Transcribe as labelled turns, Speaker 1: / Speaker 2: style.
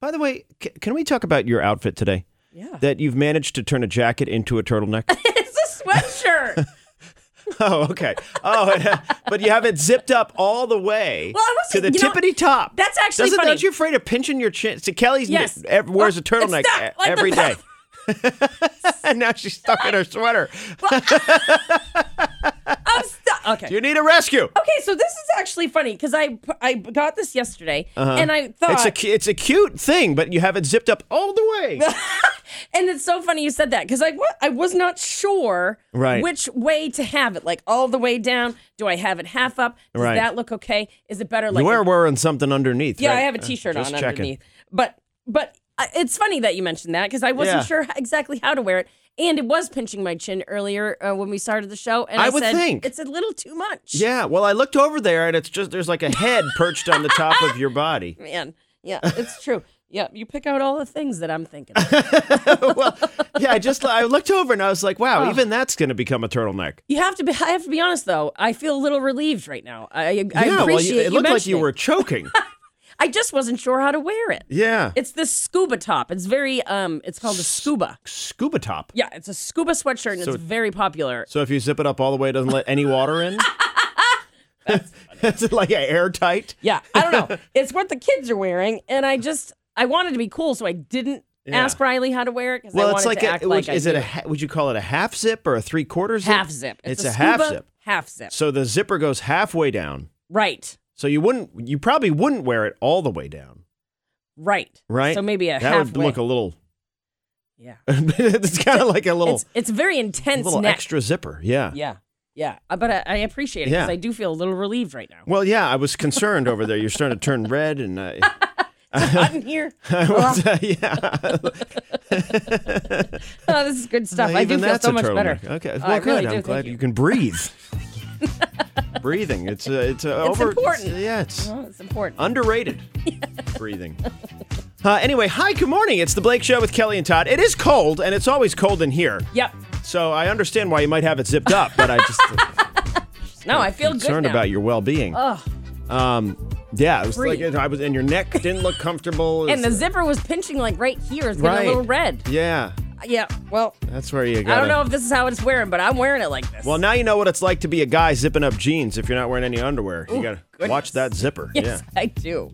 Speaker 1: By the way, c- can we talk about your outfit today?
Speaker 2: Yeah.
Speaker 1: That you've managed to turn a jacket into a turtleneck.
Speaker 2: it's a sweatshirt. well,
Speaker 1: oh, okay. Oh, yeah. but you have it zipped up all the way
Speaker 2: I was
Speaker 1: to the
Speaker 2: you know,
Speaker 1: tippity top.
Speaker 2: That's actually
Speaker 1: Doesn't,
Speaker 2: funny.
Speaker 1: Aren't you afraid of pinching your chin? See, Kelly's
Speaker 2: Yes.
Speaker 1: knit- ev- wears a
Speaker 2: Or it's
Speaker 1: turtleneck
Speaker 2: stuck
Speaker 1: e-
Speaker 2: like the
Speaker 1: every day. and now she's stuck in her sweater.
Speaker 2: I'm stuck. Okay.
Speaker 1: You need a rescue.
Speaker 2: Okay, so this is actually funny because I I got this yesterday and Oh, I thought
Speaker 1: Uh-huh. It's a cu- it's a cute thing, but you have it zipped up all the way.
Speaker 2: and it's so funny you said that because I wa- I was not sure
Speaker 1: Right.
Speaker 2: which way to have it like all the way down. Do I have it half up? Does
Speaker 1: Right.
Speaker 2: that look okay? Is it better like
Speaker 1: you are wearing something underneath.
Speaker 2: yeah?
Speaker 1: right?
Speaker 2: I have a T-shirt
Speaker 1: Uh,
Speaker 2: on
Speaker 1: just checking.
Speaker 2: underneath, but but uh, it's funny that you mentioned that because I wasn't
Speaker 1: Yeah.
Speaker 2: sure exactly how to wear it. And it was pinching my chin earlier uh, when we started the show, and I,
Speaker 1: I would
Speaker 2: said
Speaker 1: think.
Speaker 2: it's a little too much.
Speaker 1: Yeah, well, I looked over there and it's just there's like a head perched on the top of your body.
Speaker 2: man. Yeah, it's true. Yeah, you pick out all the things that I'm thinking. of.
Speaker 1: well, yeah, I just I looked over and I was like, wow, even that's going to become a turtleneck.
Speaker 2: You have to be. I have to be honest though. I feel a little relieved right now. I, I
Speaker 1: yeah,
Speaker 2: appreciate
Speaker 1: well, you, it looked like you
Speaker 2: mentioning.
Speaker 1: were choking.
Speaker 2: I just wasn't sure how to wear it.
Speaker 1: yeah,
Speaker 2: It's this scuba top. It's very um. It's called a scuba.
Speaker 1: scuba top.
Speaker 2: Yeah, it's a scuba sweatshirt and
Speaker 1: So-
Speaker 2: it's very popular.
Speaker 1: So if you zip it up all the way, it doesn't let any water in. It's like airtight.
Speaker 2: Yeah, I don't know. it's what the kids are wearing, and I just I wanted to be cool, so I didn't
Speaker 1: Yeah.
Speaker 2: ask Riley how to wear it because I
Speaker 1: Well,
Speaker 2: wanted
Speaker 1: it's like,
Speaker 2: to
Speaker 1: a,
Speaker 2: act
Speaker 1: which-
Speaker 2: like
Speaker 1: is
Speaker 2: I
Speaker 1: it a
Speaker 2: knew.
Speaker 1: ha- would you call it a half zip or a three quarters?
Speaker 2: half zip?
Speaker 1: It's, a,
Speaker 2: a,
Speaker 1: half
Speaker 2: scuba
Speaker 1: zip.
Speaker 2: Half zip.
Speaker 1: So the zipper goes halfway down.
Speaker 2: Right.
Speaker 1: So you wouldn't, you probably wouldn't wear it all the way down,
Speaker 2: Right.
Speaker 1: right?
Speaker 2: So maybe a
Speaker 1: that
Speaker 2: half.
Speaker 1: would look a little.
Speaker 2: yeah.
Speaker 1: it's kind of like a little,
Speaker 2: It's it's a very intense
Speaker 1: little
Speaker 2: neck.
Speaker 1: extra zipper. Yeah.
Speaker 2: Yeah, yeah. Uh, But I, I appreciate it
Speaker 1: Yeah.
Speaker 2: because I do feel a little relieved right now.
Speaker 1: Well, yeah, I was concerned over there. You're starting to turn red, and uh,
Speaker 2: I'm here.
Speaker 1: I was, uh, yeah,
Speaker 2: Oh, this is good stuff. I do
Speaker 1: even
Speaker 2: feel
Speaker 1: that's
Speaker 2: so
Speaker 1: a
Speaker 2: much better.
Speaker 1: turtleneck. Okay,
Speaker 2: Oh,
Speaker 1: well,
Speaker 2: I
Speaker 1: good.
Speaker 2: really do,
Speaker 1: I'm
Speaker 2: thank
Speaker 1: glad
Speaker 2: you.
Speaker 1: you. can breathe. Breathing, it's uh, it's, uh,
Speaker 2: It's
Speaker 1: over.
Speaker 2: important.
Speaker 1: yeah, it's
Speaker 2: Oh, it's
Speaker 1: Uh,
Speaker 2: important.
Speaker 1: underrated. Breathing. Uh, anyway, hi, good morning. It's the Blake Show with Kelly and Todd. It is cold, and it's always cold in here.
Speaker 2: Yep.
Speaker 1: So I understand why you might have it zipped up, but I just
Speaker 2: No, I feel good
Speaker 1: concerned
Speaker 2: now.
Speaker 1: about your well-being.
Speaker 2: Ugh.
Speaker 1: Um, yeah, it was like
Speaker 2: Breathe.
Speaker 1: I was, and your neck didn't look comfortable. It
Speaker 2: And the
Speaker 1: was-
Speaker 2: zipper was pinching like right here. It's getting a little red.
Speaker 1: Yeah,
Speaker 2: Yeah. Well,
Speaker 1: that's where you got.
Speaker 2: I don't know if this is how it's wearing, but I'm wearing it like this.
Speaker 1: Well, now you know what it's like to be a guy zipping up jeans if you're not wearing any underwear. you gotta
Speaker 2: goodness.
Speaker 1: watch that zipper.
Speaker 2: yes, I do.